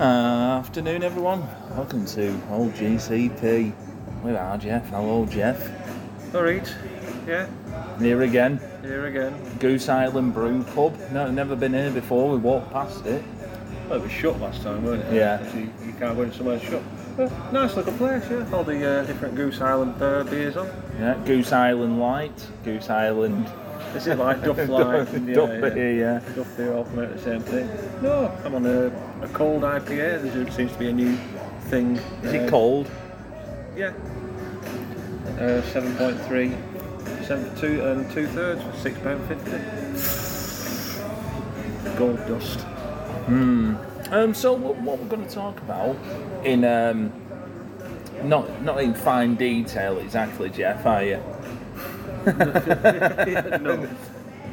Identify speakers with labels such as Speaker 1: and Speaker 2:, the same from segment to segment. Speaker 1: Uh, afternoon, everyone. Welcome to Old GCP. We're our Jeff, our old Jeff.
Speaker 2: All right. Yeah.
Speaker 1: Here again,
Speaker 2: Here again.
Speaker 1: Goose Island Brew Pub. No, never been here before. We walked past it.
Speaker 2: Well, it was shut last time, weren't it?
Speaker 1: Yeah.
Speaker 2: So you, you can't go into somewhere shut. Well, nice little place, yeah. All the uh, different Goose Island uh, beers on.
Speaker 1: Yeah, Goose Island Light, Goose Island.
Speaker 2: Is it like Duff Light? and-
Speaker 1: Duff beer, yeah.
Speaker 2: Duff beer all come out the same thing. No, I'm on a, a cold IPA. There seems to be a new thing.
Speaker 1: Is
Speaker 2: Uh,
Speaker 1: it cold?
Speaker 2: Yeah. Uh, 7.3, 72 and two thirds, £6.50. Gold dust.
Speaker 1: Um, so what, what we're going to talk about in um, not not in fine detail exactly, Jeff, are you?
Speaker 2: no.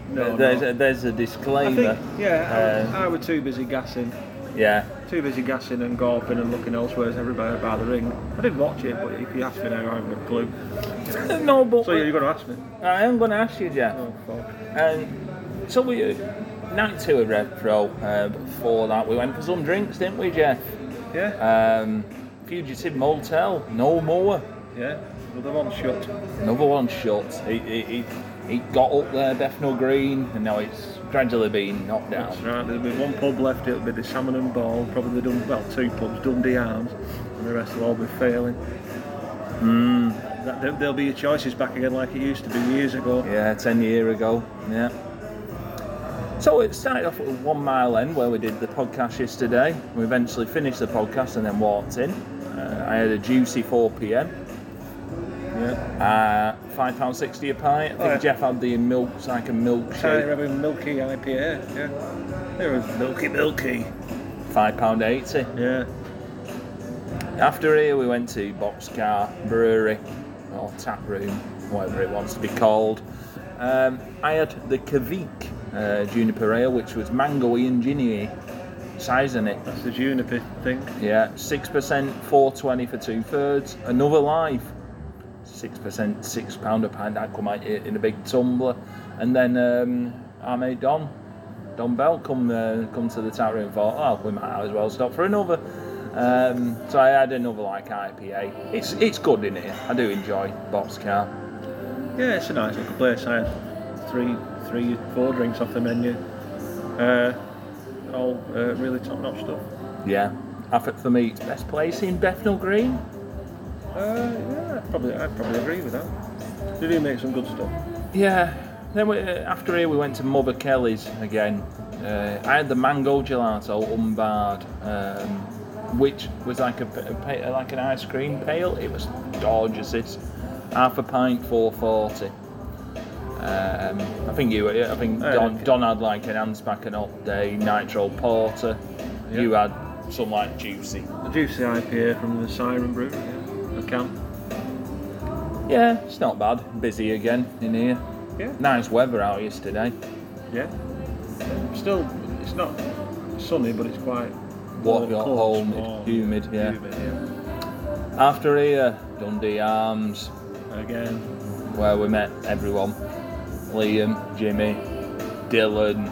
Speaker 2: No,
Speaker 1: there's
Speaker 2: no.
Speaker 1: a, there's a
Speaker 2: I
Speaker 1: disclaimer.
Speaker 2: think, yeah,
Speaker 1: Uh,
Speaker 2: I, I were too busy gassing,
Speaker 1: yeah.
Speaker 2: too busy gassing and gawping and looking elsewhere as everybody by the ring. I did watch it, but if you ask me now, I haven't got a clue.
Speaker 1: No, but
Speaker 2: So you're going to ask me?
Speaker 1: I am going to ask you, Jeff.
Speaker 2: Oh, fuck.
Speaker 1: Um, so we night two at Red Pro. Uh, before that, we went for some drinks, didn't we, Jeff?
Speaker 2: Yeah,
Speaker 1: Um, Fugitive Motel, no more.
Speaker 2: yeah. Another one shut.
Speaker 1: Another one shut. It, it, it, it got up there, Bethnal Green, and now it's gradually being knocked
Speaker 2: That's
Speaker 1: down.
Speaker 2: right. There'll be one pub left. It'll be the Salmon and Ball. Probably done well. Two pubs, Dundee Arms, and the rest will all be failing. Hmm. That, there- there'll be your choices back again like it used to be years ago.
Speaker 1: Yeah, 10 year ago. Yeah. So it started off at One Mile End where we did the podcast yesterday. We eventually finished the podcast and then walked in. Uh, I had a juicy 4 p.m.
Speaker 2: Yeah.
Speaker 1: Uh, £5.60 a pint. I think
Speaker 2: Oh, yeah.
Speaker 1: Jeff had the milk, it's like a
Speaker 2: They're
Speaker 1: milkshake.
Speaker 2: having milky IPA. Yeah. They were milky, milky.
Speaker 1: £5.80.
Speaker 2: Yeah.
Speaker 1: After here, we went to Boxcar Brewery or Tap Room, whatever it wants to be called. Um, I had the Kavik uh, Juniper Ale, which was mangoey and ginny size in it.
Speaker 2: That's the juniper thing.
Speaker 1: Yeah, six percent, four twenty for two thirds. Another life, six percent, six pound a pint. That come out in a big tumbler, and then um, our mate Don, Don Bell, come uh, come to the tap room and thought, oh, we might as well stop for another. Um, so I had another like IPA. It's it's good in here. I do enjoy Boxcar.
Speaker 2: Yeah, it's a nice little place. I had three, three, four drinks off the menu. Uh, all uh, really top-notch stuff.
Speaker 1: Yeah, I think for me it's best place in Bethnal Green.
Speaker 2: Uh, yeah, I'd probably, I'd probably agree with that. They do make some good stuff.
Speaker 1: Yeah. Then we, uh, after here, we went to Mother Kelly's again. Uh, I had the mango gelato unbarred, um, which was like a, p- a pa- uh, like an ice cream pail. It was gorgeous. It's half a pint, four forty. Um, I think you. I think
Speaker 2: Oh,
Speaker 1: Don,
Speaker 2: okay.
Speaker 1: Don had like an Ansbach and Day nitro porter.
Speaker 2: Yeah.
Speaker 1: You had some like juicy.
Speaker 2: A juicy IPA from the Siren Brewery. Yeah. A can.
Speaker 1: Yeah, it's not bad. Busy again in here.
Speaker 2: Yeah.
Speaker 1: Nice weather out yesterday.
Speaker 2: Yeah. Still, it's not sunny, but it's quite
Speaker 1: Warm,
Speaker 2: cold,
Speaker 1: warm,
Speaker 2: warm,
Speaker 1: humid, yeah.
Speaker 2: humid, yeah.
Speaker 1: After here, Dundee Arms,
Speaker 2: Again,
Speaker 1: where we met everyone Liam, Jimmy, Dylan,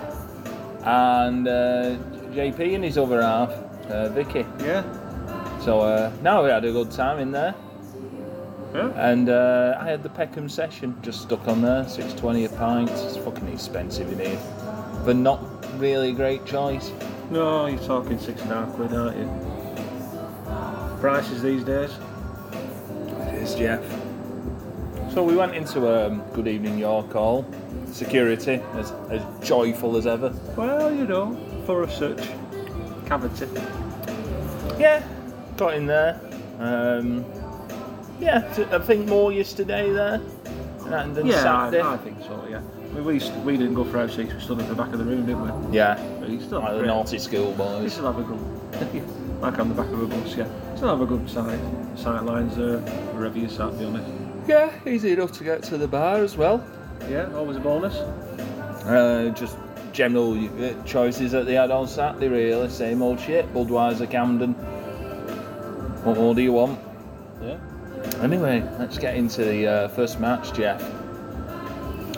Speaker 1: and uh, JP and his other half, uh, Vicky.
Speaker 2: yeah.
Speaker 1: So, uh, no, we had a good time in there.
Speaker 2: Yeah.
Speaker 1: And uh, I had the Peckham session just stuck on there, 620 a pint. It's fucking expensive in here. But not really a great choice.
Speaker 2: No, you're talking six and a half quid, aren't you? Prices these days.
Speaker 1: It is, Jeff. So we went into um, Good Evening York Hall. Security, as, as joyful as ever.
Speaker 2: Well, you know, for a search cavity.
Speaker 1: Yeah, got in there. Um, yeah, t- I think more yesterday there. And then
Speaker 2: Yeah,
Speaker 1: Saturday.
Speaker 2: I, I think so. Yeah. I mean, we st- we didn't go for our seats. We stood at the back of the room, didn't we?
Speaker 1: yeah,
Speaker 2: But you still
Speaker 1: like
Speaker 2: have
Speaker 1: the
Speaker 2: great-
Speaker 1: naughty school
Speaker 2: You
Speaker 1: boys.
Speaker 2: still have a good, like on the back of a bus, yeah. Still have a good sight, sight lines there, wherever you sat, to be honest.
Speaker 1: Yeah, easy enough to get to the bar as well.
Speaker 2: Yeah, always a bonus.
Speaker 1: Uh, just general uh, choices that they had on Saturday, really. Same old shit. Budweiser, Camden. What more do you want?
Speaker 2: Yeah.
Speaker 1: Anyway, let's get into the uh, first match, Jeff.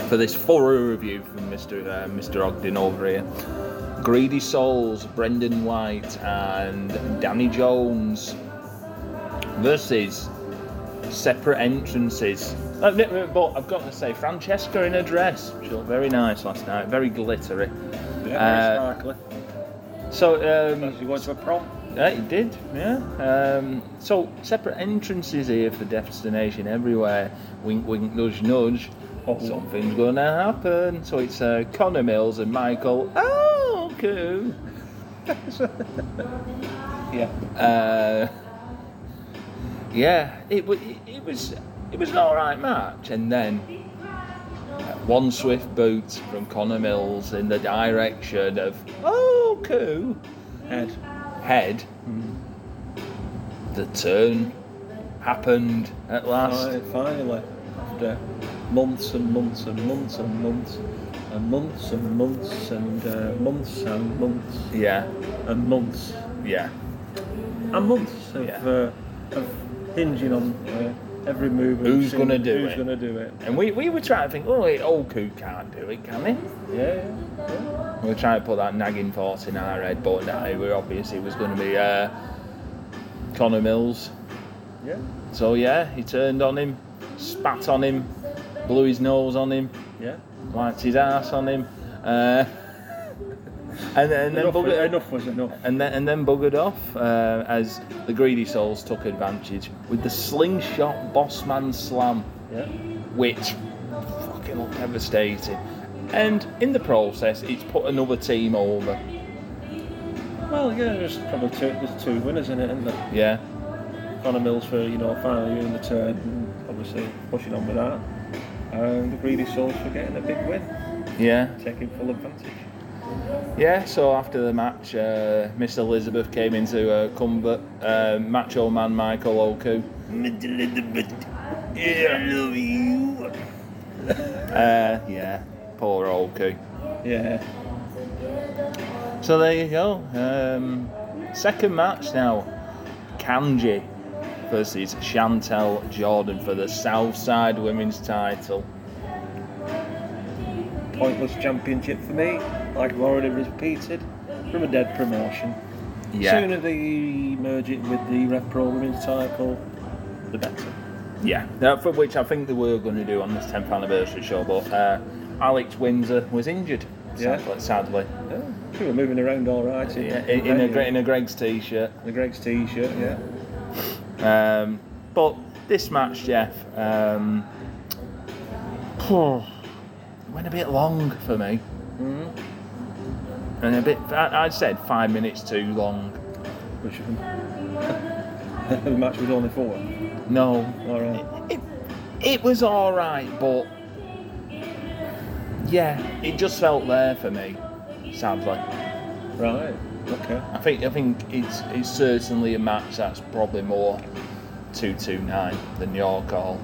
Speaker 1: For this thorough review from Mr. Uh, Mr. Ogden over here, Greedy Souls, Brendan White, and Danny Jones versus separate entrances. Uh, n- n- But I've got to say, Francesca in a dress. She looked very nice last night, very glittery.
Speaker 2: Yeah, very sparkly.
Speaker 1: So,
Speaker 2: As
Speaker 1: um,
Speaker 2: you went to a prom.
Speaker 1: yeah, it did, yeah. Um, so, separate entrances here for Destination Everywhere. Wink, wink, nudge, nudge.
Speaker 2: Oh.
Speaker 1: Something's going to happen. So, it's uh, Connor Mills and Michael. Oh, cool.
Speaker 2: Yeah.
Speaker 1: uh, yeah, it, wa- it, it was it was an all right match, and then uh, one swift boot from Connor Mills in the direction of oh cool
Speaker 2: Head.
Speaker 1: head. The turn uh, happened at last.
Speaker 2: Fi- Finally, after months and months and months and months and months and months and uh, months and months
Speaker 1: Yeah,
Speaker 2: and months
Speaker 1: yeah,
Speaker 2: and months of,
Speaker 1: Yeah.
Speaker 2: uh, of hinging on uh, every move. and
Speaker 1: Who's
Speaker 2: seeing
Speaker 1: gonna do
Speaker 2: who's
Speaker 1: it?
Speaker 2: Who's going to do it?
Speaker 1: and we, we were trying to think, oh, it, old Coo can't do it, can he?
Speaker 2: Yeah. yeah.
Speaker 1: We were trying to put that nagging thought in our head, but no, we were obvious it was going to be uh, Connor Mills.
Speaker 2: yeah.
Speaker 1: So yeah, he turned on him, spat on him, blew his nose on him,
Speaker 2: Yeah.
Speaker 1: wiped his ass on him, uh, and then, and then
Speaker 2: Enough,
Speaker 1: buggered,
Speaker 2: enough was enough.
Speaker 1: and then and then buggered off uh, as the greedy souls took advantage with the slingshot bossman slam,
Speaker 2: Yeah.
Speaker 1: which fucking looked devastating. And in the process, it's put another team over.
Speaker 2: Well, yeah, there's probably two, there's two winners in it, isn't there?
Speaker 1: Yeah,
Speaker 2: Connor Mills for you know finally doing the turn, and obviously pushing on with that. Um, the greedy souls for getting a big win,
Speaker 1: yeah.
Speaker 2: taking full advantage.
Speaker 1: Yeah, so after the match, uh, Miss Elizabeth came into uh, combat. Uh, macho man Michael Oku. Uh, yeah, poor Oku.
Speaker 2: Yeah,
Speaker 1: So there you go. Um, second match now. Kanji versus Chantel Jordan for the Southside Women's title.
Speaker 2: pointless championship for me. Like I've already repeated, from a dead promotion. Sooner they merge it with the Rev Pro Women's title, the better.
Speaker 1: Yeah, now, for which I think they were going to do on this 10th anniversary show, but uh, Alex Windsor was injured,
Speaker 2: Yeah.
Speaker 1: sadly. sadly.
Speaker 2: Yeah, we were moving around all right. in-
Speaker 1: Yeah, in, in, a, Gre- in a Greg's t shirt.
Speaker 2: in a Greg's t-shirt. Yeah,
Speaker 1: Um, but this match, Jeff, um,
Speaker 2: Hmm.
Speaker 1: went a bit long for me.
Speaker 2: Mm-hmm.
Speaker 1: And a bit, I, I said five minutes too long.
Speaker 2: which the match was only four.
Speaker 1: No,
Speaker 2: All right.
Speaker 1: it, it was all right, but yeah, it just felt there for me. Sadly,
Speaker 2: Right. Okay.
Speaker 1: I think I think it's it's certainly a match that's probably more two two nine than your call.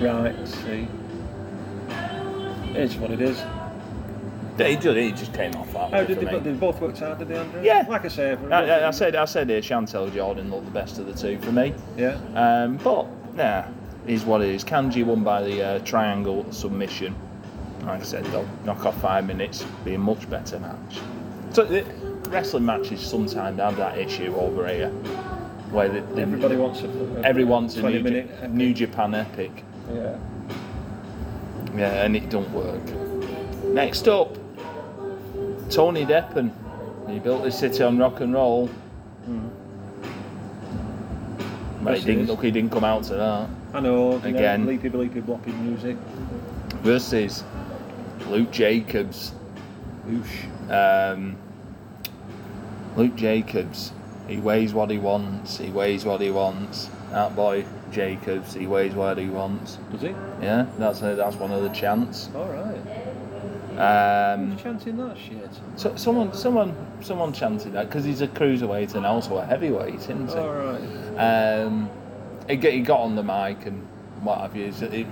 Speaker 2: Right. See. It's what it is. How
Speaker 1: They just, it just came off that. way
Speaker 2: Oh, did
Speaker 1: for
Speaker 2: they,
Speaker 1: me.
Speaker 2: but they both worked hard, did they, Andrew?
Speaker 1: Yeah.
Speaker 2: Like I say, everyone-
Speaker 1: I, I- I said I said here Chantel Jordan looked the best of the two for me,
Speaker 2: yeah.
Speaker 1: um, but yeah, is what it is. Kanji won by the uh, triangle submission. Like I said, though, knock off five minutes, be a much better match. So the wrestling matches sometimes have that issue over here, where the, the,
Speaker 2: Everybody wants a, a
Speaker 1: everyone's a
Speaker 2: 20
Speaker 1: new,
Speaker 2: minute.
Speaker 1: Ja- new Japan epic,
Speaker 2: Yeah.
Speaker 1: yeah, and it don't work. Next up, Tony Deppen. He built his city on rock and roll. But he
Speaker 2: Yes, it
Speaker 1: didn't
Speaker 2: is.
Speaker 1: look, he didn't come out to that.
Speaker 2: I know. you know,
Speaker 1: Again.
Speaker 2: Leapy bleepy bloppy music.
Speaker 1: Versus Luke Jacobs.
Speaker 2: Oosh.
Speaker 1: Um, Luke Jacobs, he weighs what he wants, he weighs what he wants. That boy, Jacobs, he weighs what he wants.
Speaker 2: Does he?
Speaker 1: Yeah, that's a, that's one of the chants.
Speaker 2: All right.
Speaker 1: Um,
Speaker 2: Who's chanting that shit?
Speaker 1: so, someone someone someone chanted that because he's a cruiserweight and also a heavyweight, isn't he?
Speaker 2: All right.
Speaker 1: Um, he, get, he got on the mic and what have you. So it,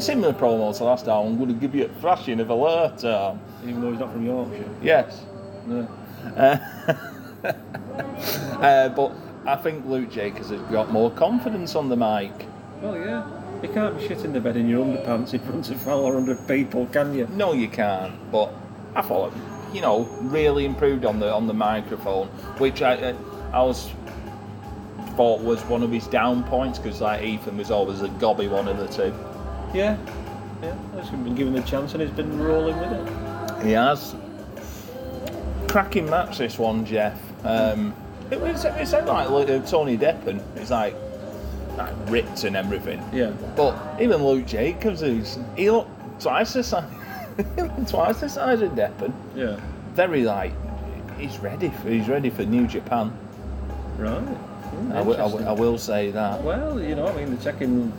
Speaker 1: similar promo to last time. I'm going to give you a thrashing of a later.
Speaker 2: Even though he's not from Yorkshire.
Speaker 1: Yes.
Speaker 2: No.
Speaker 1: Uh, uh, but I think Luke Jacobs has got more confidence on the mic.
Speaker 2: Well, yeah. You can't be shitting the bed in your underpants in front of 400 people, can you?
Speaker 1: No, you can't. But I thought you know, really improved on the on the microphone, which I I, I was thought was one of his down points because like Ethan was always a gobby one of the two.
Speaker 2: Yeah, yeah. He's been given the chance and he's been rolling with it.
Speaker 1: He has cracking match this one, Jeff. Um, it was it sounded like Lu- Tony Deppen. It's like like ripped and everything.
Speaker 2: Yeah.
Speaker 1: But even Luke Jacobs, who's he looked twice the size, he looked twice the size of Deppen.
Speaker 2: Yeah.
Speaker 1: Very like he's ready. For, he's ready for New Japan.
Speaker 2: Right.
Speaker 1: I wi- I wi- I will say that.
Speaker 2: Well, you know, I mean, they're checking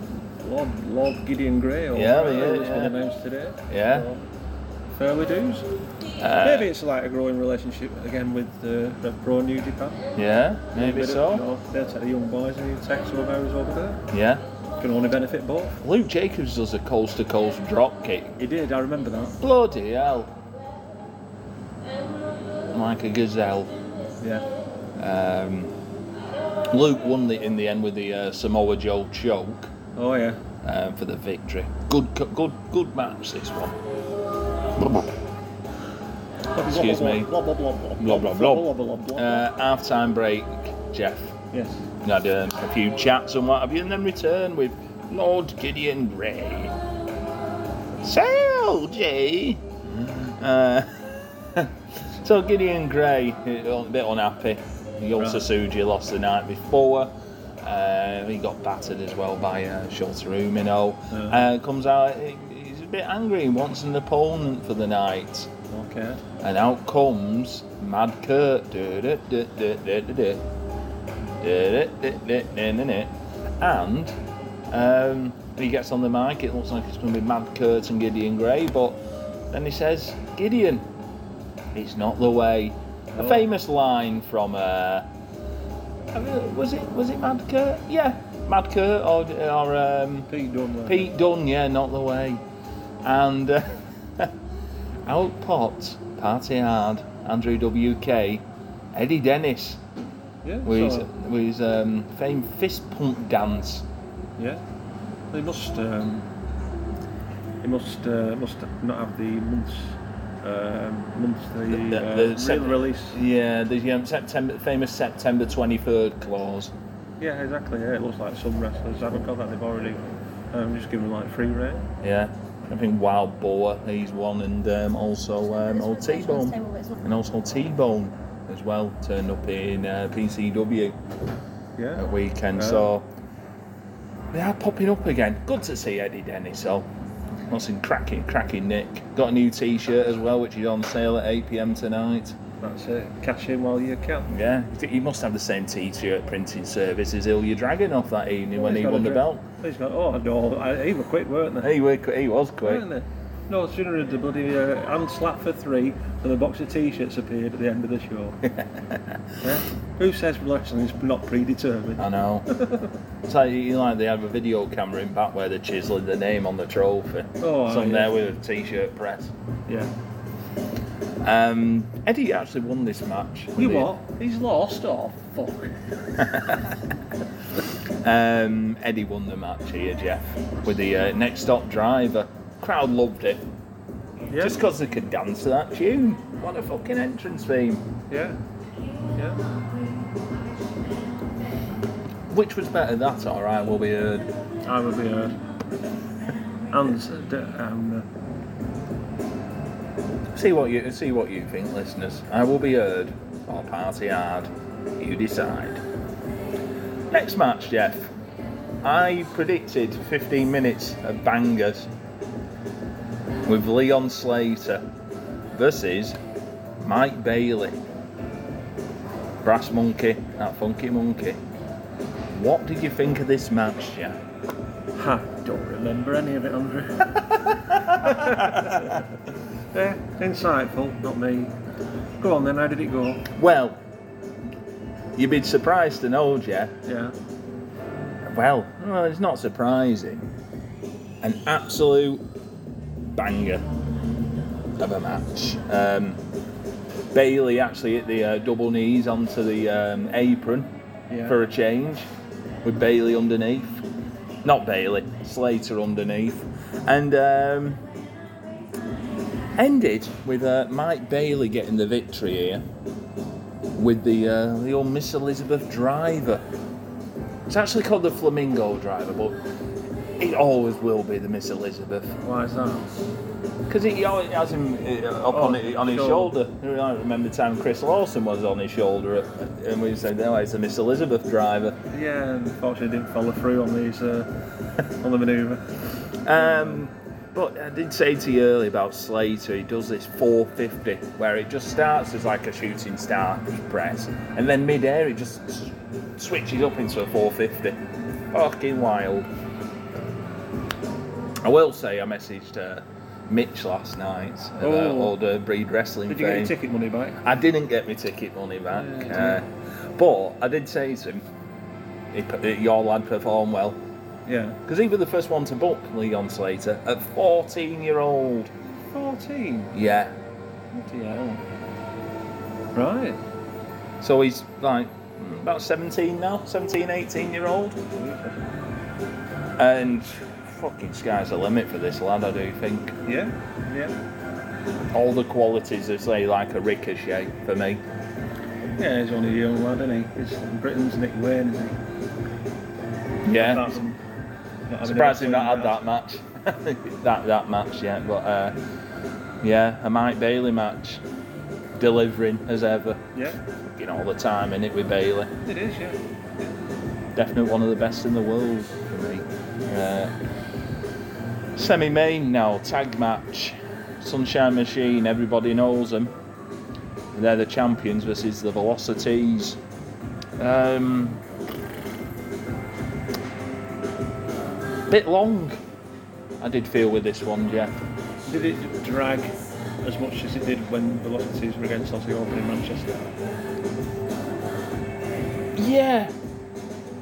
Speaker 2: Lord, Lord Gideon Grey or
Speaker 1: Yeah,
Speaker 2: whatever
Speaker 1: yeah,
Speaker 2: it's been
Speaker 1: yeah.
Speaker 2: announced today.
Speaker 1: Yeah. Uh,
Speaker 2: So, fairly dues. Maybe it's like a growing relationship again with uh, the Pro New Japan.
Speaker 1: Yeah, maybe
Speaker 2: Bit of- You
Speaker 1: so.
Speaker 2: know, they'll take the young boys and you take some of ours over there.
Speaker 1: Yeah.
Speaker 2: Can only benefit both.
Speaker 1: Luke Jacobs does a coast to coast drop kick.
Speaker 2: He did, I remember that.
Speaker 1: Bloody hell. Like a gazelle.
Speaker 2: Yeah.
Speaker 1: Um, Luke won the, in the end with the uh, Samoa Joe choke
Speaker 2: Oh, yeah.
Speaker 1: um, for the victory. Good, co- good, good match this one. Excuse me.
Speaker 2: Blah, blah, blah, blah,
Speaker 1: Blah blah blah.
Speaker 2: Blah, blah, blah, blah.
Speaker 1: Uh, half time break, Jeff.
Speaker 2: yes.
Speaker 1: We had um, a few chats and what have you, and then return with Lord Gideon Grey. So, G. Uh, so Gideon Grey, a bit unhappy. Yota
Speaker 2: Right.
Speaker 1: Suji lost the night before. Uh, he got battered as well by uh, Shota Umino.
Speaker 2: Yeah.
Speaker 1: Uh, comes out, he- he's a bit angry. He wants an opponent for the night.
Speaker 2: Okay.
Speaker 1: And out comes Mad Kurt. Du-du-du-du-du-du-du. Du-du-du-du-du-du-du. And um, he gets on the mic. It looks like it's going to be Mad Kurt and Gideon Grey, but then he says, Gideon, it's not the way. A
Speaker 2: Oh.
Speaker 1: famous line from. Uh, I mean, was it was it Mad Kurt? Yeah, Mad Kurt or, or um,
Speaker 2: Pete Dunlap.
Speaker 1: Pete Dunne, yeah, not the way. And uh, out popped Party Hard, Andrew WK, Eddie Dennis
Speaker 2: Yeah.
Speaker 1: with his,
Speaker 2: so-
Speaker 1: with his um, famed fist pump dance.
Speaker 2: Yeah, they must. Um, they must uh, must not have the months. Um, months the,
Speaker 1: The- the-
Speaker 2: uh,
Speaker 1: the
Speaker 2: re-
Speaker 1: sep-
Speaker 2: release.
Speaker 1: Yeah, the um, September, famous September 23rd clause.
Speaker 2: Yeah, exactly. Yeah, it looks like some wrestlers haven't got that. They've already um, just given like free reign.
Speaker 1: Yeah. I think Wild Boar, he's one, and um, also um, old T-Bone. And also T-Bone as well, turned up in uh, PCW.
Speaker 2: Yeah.
Speaker 1: at weekend.
Speaker 2: Yeah.
Speaker 1: So they are popping up again. Good to see Eddie Dennis. So that's in cracking, cracking nick. Got a new T-shirt as well, which is on sale at 8 p.m. tonight.
Speaker 2: That's it. Cash in while you can.
Speaker 1: Yeah, he must have the same T-shirt printing service as Ilya Dragunov that evening when he
Speaker 2: He's got
Speaker 1: won
Speaker 2: a
Speaker 1: the
Speaker 2: dra-
Speaker 1: belt.
Speaker 2: He's got. Oh no, I, he were quick, weren't they?
Speaker 1: He were, he was quick.
Speaker 2: Weren't they? No sooner had the bloody uh, hand slap for three than a box of t-shirts appeared at the end of the show. yeah? Who says wrestling is not predetermined?
Speaker 1: I know. it's like, you know, like they have a video camera in back where they're chiseling the name on the trophy.
Speaker 2: Oh,
Speaker 1: Some
Speaker 2: yeah.
Speaker 1: there with a T-shirt press.
Speaker 2: Yeah.
Speaker 1: Um, Eddie actually won this match.
Speaker 2: You
Speaker 1: He-
Speaker 2: what? He's lost? Oh, fuck.
Speaker 1: Um, Eddie won the match here, Jeff, with the uh, next stop driver. Crowd loved it
Speaker 2: Yeah.
Speaker 1: just because they could dance to that tune. What a fucking entrance theme!
Speaker 2: Yeah. Yeah.
Speaker 1: Which was better, that or I will be heard?
Speaker 2: I would be hurt. And, uh, d- um,
Speaker 1: See what you see what you think, listeners. I will be heard or party hard. You decide. Next match, Jeff. I predicted 15 minutes of bangers with Leon Slater versus Mike Bailey. Brass Monkey, that funky monkey. What did you think of this match, Jeff?
Speaker 2: I don't remember any of it, Andrew. yeah, insightful, not me. Go on then, how did it go?
Speaker 1: Well, you'd be surprised to know, Jeff,
Speaker 2: Yeah.
Speaker 1: Well, well, it's not surprising. An absolute banger of a match. Um, Bailey actually hit the uh, double knees onto the um, apron
Speaker 2: Yeah.
Speaker 1: for a change, with Bailey underneath. Not Bailey, Slater underneath, and um, Ended with uh, Mike Bailey getting the victory here with the uh, the old Miss Elizabeth driver. It's actually called the Flamingo driver, but it always will be the Miss Elizabeth
Speaker 2: Why is that?
Speaker 1: because he always has him uh, up
Speaker 2: Oh,
Speaker 1: on, it- on his
Speaker 2: shoulder.
Speaker 1: shoulder. I remember the time Chris Lawson was on his shoulder, at, and we said, "No, it's the Miss Elizabeth driver."
Speaker 2: Yeah, unfortunately didn't follow through on these uh, on the manoeuvre.
Speaker 1: Um, but I did say to you earlier about Slater, he does this 450 where it just starts as like a shooting star press, and then mid-air it just s- switches up into a 450. Fucking wild. I will say I messaged uh, Mitch last night about
Speaker 2: Oh.
Speaker 1: old uh, breed wrestling.
Speaker 2: Did you get
Speaker 1: fame.
Speaker 2: your ticket money back?
Speaker 1: I didn't get my ticket money back,
Speaker 2: Yeah.
Speaker 1: uh, but I did say to him, he, p- "Your lad performed well."
Speaker 2: Yeah.
Speaker 1: Because he was the first one to book Leon Slater at 14 year old.
Speaker 2: 14.
Speaker 1: Yeah.
Speaker 2: Bloody hell. Right.
Speaker 1: So he's like mm, about 17 now, 17, 18 year old. And fucking sky's the limit for this lad, I do think.
Speaker 2: Yeah. Yeah.
Speaker 1: All the qualities of, say, like a ricochet for me.
Speaker 2: Yeah, he's only a young lad, isn't he? He's Britain's Nick Wayne, isn't he?
Speaker 1: Yeah.
Speaker 2: Apart from not having
Speaker 1: Surprised he
Speaker 2: a
Speaker 1: not had that
Speaker 2: wrestling
Speaker 1: match. that that match, yeah. But uh, yeah, a Mike Bailey match. Delivering as ever.
Speaker 2: match. Yeah,
Speaker 1: You know, all the time in it with Bailey.
Speaker 2: it is, yeah.
Speaker 1: definitely one of the best in the world for me. Uh, Semi main now, tag match. Sunshine Machine, everybody knows them. They're the champions versus the Velocities. Um, bit long, I did feel with this one, Jeff.
Speaker 2: Did it drag as much as it did when velocities were against Aussie Open in Manchester?
Speaker 1: Yeah,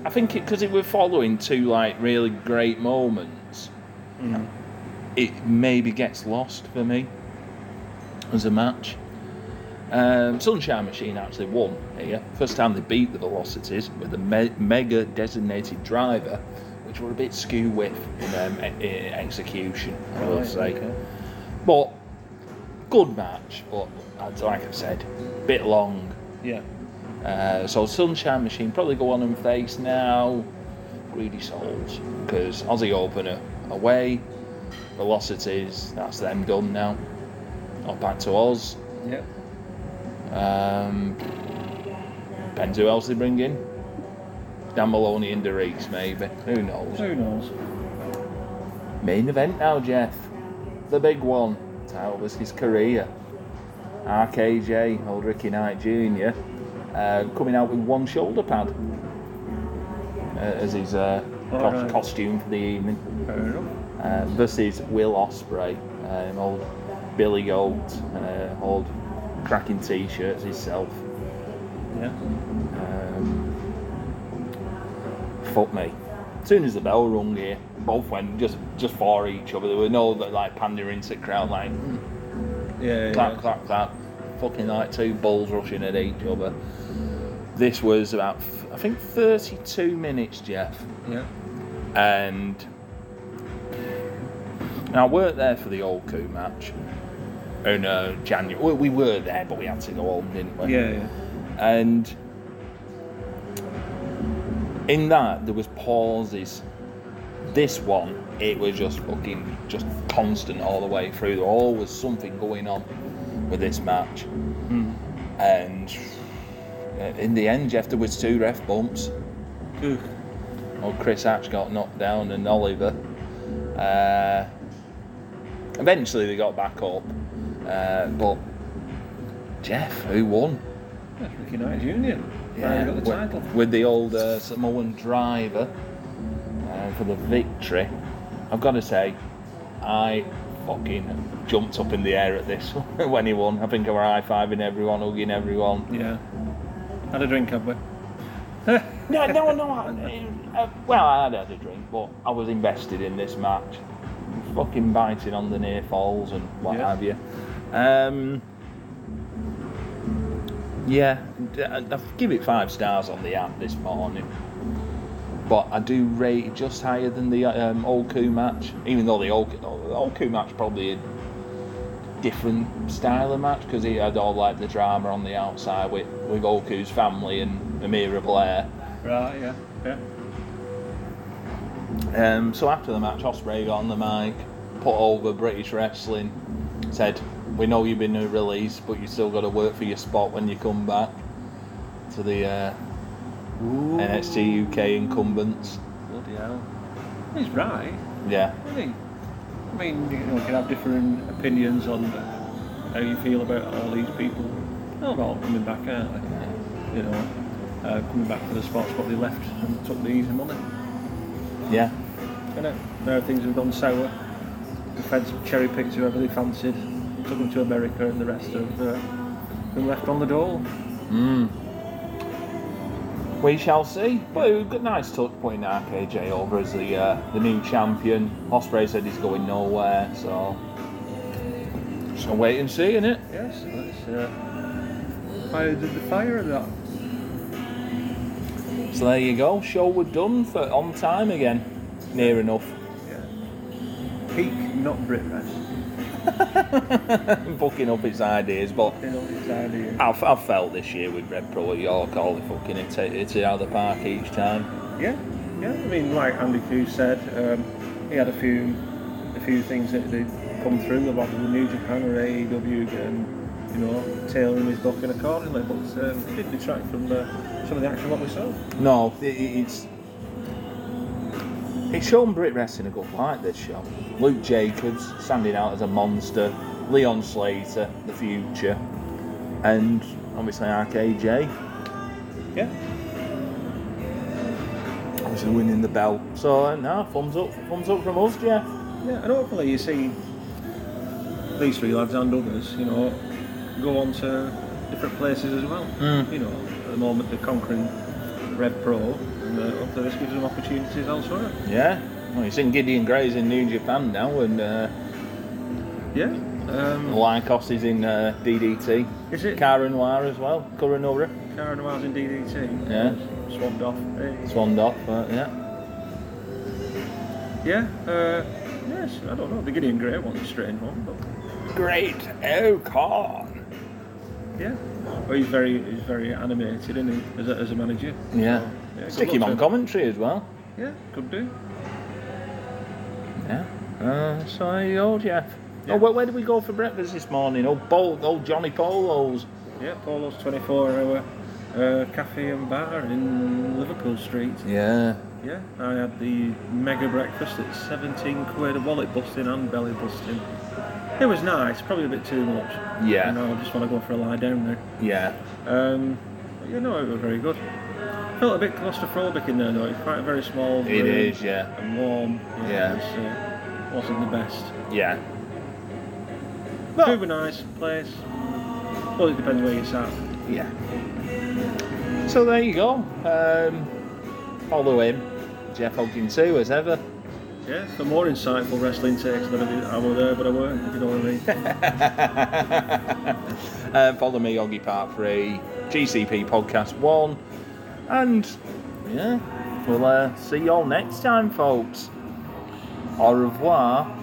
Speaker 1: I think it because it were following two like really great moments.
Speaker 2: Mm.
Speaker 1: It maybe gets lost for me as a match. Um, Sunshine Machine actually won here. First time they beat the Velocities with a me- mega designated driver, which were a bit skew with in um, e- e- execution, I will
Speaker 2: Right,
Speaker 1: say.
Speaker 2: okay.
Speaker 1: But good match, but as- like I've said, bit long.
Speaker 2: Yeah.
Speaker 1: Uh, so Sunshine Machine probably go on and face now Greedy Souls because Aussie opener away, Velocities that's them done now. Or back to Oz.
Speaker 2: Yeah.
Speaker 1: Um, depends who else they bring in. Dan Maloney and Dereks maybe. Who knows?
Speaker 2: Who knows?
Speaker 1: Main event now, Jeff. The big one. Title was his career. RKJ, old Ricky Knight Jr., uh, coming out with one shoulder pad uh, as his uh, cos-
Speaker 2: Alright.
Speaker 1: costume for the evening
Speaker 2: Fair enough.
Speaker 1: uh, versus Will Osprey, um, old Billy Goat, uh, old cracking t shirts himself.
Speaker 2: Yeah.
Speaker 1: Um, fuck me. As soon as the bell rung here, both went just just for each other. There were no like pandering to the crowd, like
Speaker 2: Yeah.
Speaker 1: clap, clap, clap. Fucking like two bulls rushing at each other. This was about, f- I think, 32 minutes, Jeff.
Speaker 2: Yeah.
Speaker 1: And and I worked there for the old coup match in uh, January. Well, we were there, but we had to go home, didn't
Speaker 2: Yeah.
Speaker 1: we?
Speaker 2: Yeah.
Speaker 1: and in that there was pauses this one it was just fucking just constant all the way through there always something going on with this match
Speaker 2: Mm.
Speaker 1: and uh, in the end jeff there was two ref bumps
Speaker 2: yeah. Oof.
Speaker 1: well, Chris Hatch got knocked down and Oliver. Uh, eventually they got back up, uh, but Jeff, who won?
Speaker 2: That's Ricky Knight Jr. Yeah. got the
Speaker 1: wi-
Speaker 2: title.
Speaker 1: With, the old uh, Samoan driver uh, for the victory. I've got to say, I fucking jumped up in the air at this when he won. I think I were high fiving everyone, hugging everyone.
Speaker 2: Yeah. Had a drink, have we?
Speaker 1: No, no, no. I, uh, well, I had had a drink, but I was invested in this match. Fucking biting on the near falls and what
Speaker 2: Yeah.
Speaker 1: have you. Um, yeah, d- I I give it five stars on the app this morning. But I do rate it just higher oh, than the um, old coup match, even though the old, the old coup match probably had different style of match because he had all like the drama on the outside with with Oku's family and Amira Blair.
Speaker 2: Right, yeah, yeah.
Speaker 1: Um, so after the match, Osprey got on the mic, put over British wrestling, said, "We know you've been released, but you still got to work for your spot when you come back to the uh,
Speaker 2: Ooh,
Speaker 1: NXT UK incumbents."
Speaker 2: bloody hell. He's right,
Speaker 1: Yeah,
Speaker 2: isn't he? I mean, you know, we can have different opinions on how you feel about all these people. They're all coming back, aren't they? You know, uh, coming back to the spots what they left and took the easy money.
Speaker 1: yeah,
Speaker 2: You know, now things have gone sour. The feds have cherry picked whoever they fancied, took them to America, and the rest have uh, been left on the dole.
Speaker 1: we shall see. But it was a good, nice touch putting RKJ over as the uh, the new champion. Osprey said he's going nowhere, so so wait and see, innit?
Speaker 2: Yes, that's uh, I did the fire of that.
Speaker 1: So there you go. Show we're done for on time again, near enough.
Speaker 2: Yeah. Peak, not Brit rest.
Speaker 1: fucking up its ideas, but
Speaker 2: You know, it's idea.
Speaker 1: I've, I've felt this year with Red Pro at York, all they fucking hit it, hit it out of the park each time.
Speaker 2: Yeah, yeah. I mean, like Andy Q said, um, he had a few, a few things that did come through about the New Japan or AEW, and um, you know, tailoring his booking accordingly. But um, it did detract from uh, some of the action what we saw.
Speaker 1: No, it, it- it's it's shown Brit wrestling a good light. This show, Luke Jacobs standing out as a monster, Leon Slater, the future, and obviously RKJ,
Speaker 2: Yeah,
Speaker 1: obviously winning the belt. So uh, no, thumbs up, thumbs up from us, Jeff.
Speaker 2: yeah. And hopefully, you see these three lads and others, you know, go on to different places as well.
Speaker 1: Hmm.
Speaker 2: You know, at the moment they're conquering Red Pro, and uh, hopefully this gives them opportunities elsewhere.
Speaker 1: Yeah. Well, you've seen Gideon Gray's in New Japan now, and uh,
Speaker 2: Yeah. Um,
Speaker 1: Lycos is in uh, DDT.
Speaker 2: Is it?
Speaker 1: Karen Noir as well, Coronora.
Speaker 2: Karen was in DDT.
Speaker 1: Yeah.
Speaker 2: Swabbed off. Hey.
Speaker 1: Swanned off, but uh, yeah.
Speaker 2: Yeah. Uh, yes. I don't know. The Gideon Grey one's a strange one, but
Speaker 1: Great Ocon!
Speaker 2: yeah. Well, he's very he's very animated, isn't he? As a, as a manager.
Speaker 1: Yeah.
Speaker 2: Yeah, good
Speaker 1: Stick
Speaker 2: luck
Speaker 1: him
Speaker 2: to
Speaker 1: on
Speaker 2: him.
Speaker 1: commentary as well.
Speaker 2: Yeah. Could do.
Speaker 1: Yeah. Uh, so there you go, Jeff.
Speaker 2: Yeah.
Speaker 1: Oh, where, where did we go for breakfast this morning? Oh, Bol- oh Johnny Polo's.
Speaker 2: Yeah. Polo's 24-hour uh, cafe and bar in Liverpool Street.
Speaker 1: Yeah.
Speaker 2: Yeah. I had the mega breakfast at 17 quid, wallet busting and belly busting. It was nice. Probably a bit too much.
Speaker 1: Yeah.
Speaker 2: You know, I just want to go for a lie down there.
Speaker 1: Yeah.
Speaker 2: Um, but you know, it was very good. Felt a bit claustrophobic in there though. It's quite a very small.
Speaker 1: It
Speaker 2: room
Speaker 1: is, yeah.
Speaker 2: And warm. you know,
Speaker 1: Yeah.
Speaker 2: It was, uh, wasn't the best.
Speaker 1: Yeah.
Speaker 2: But super nice place. Well, it depends where you sat.
Speaker 1: Yeah. So there you go. Um, follow him, Jeff Hogkin too, as ever.
Speaker 2: Yeah. For more insightful wrestling takes than I did, I were there, but I weren't. If you know what I mean.
Speaker 1: uh, follow me, Yogi Part 3, GCP Podcast 1. And yeah, we'll uh, see you all next time, folks. Au revoir.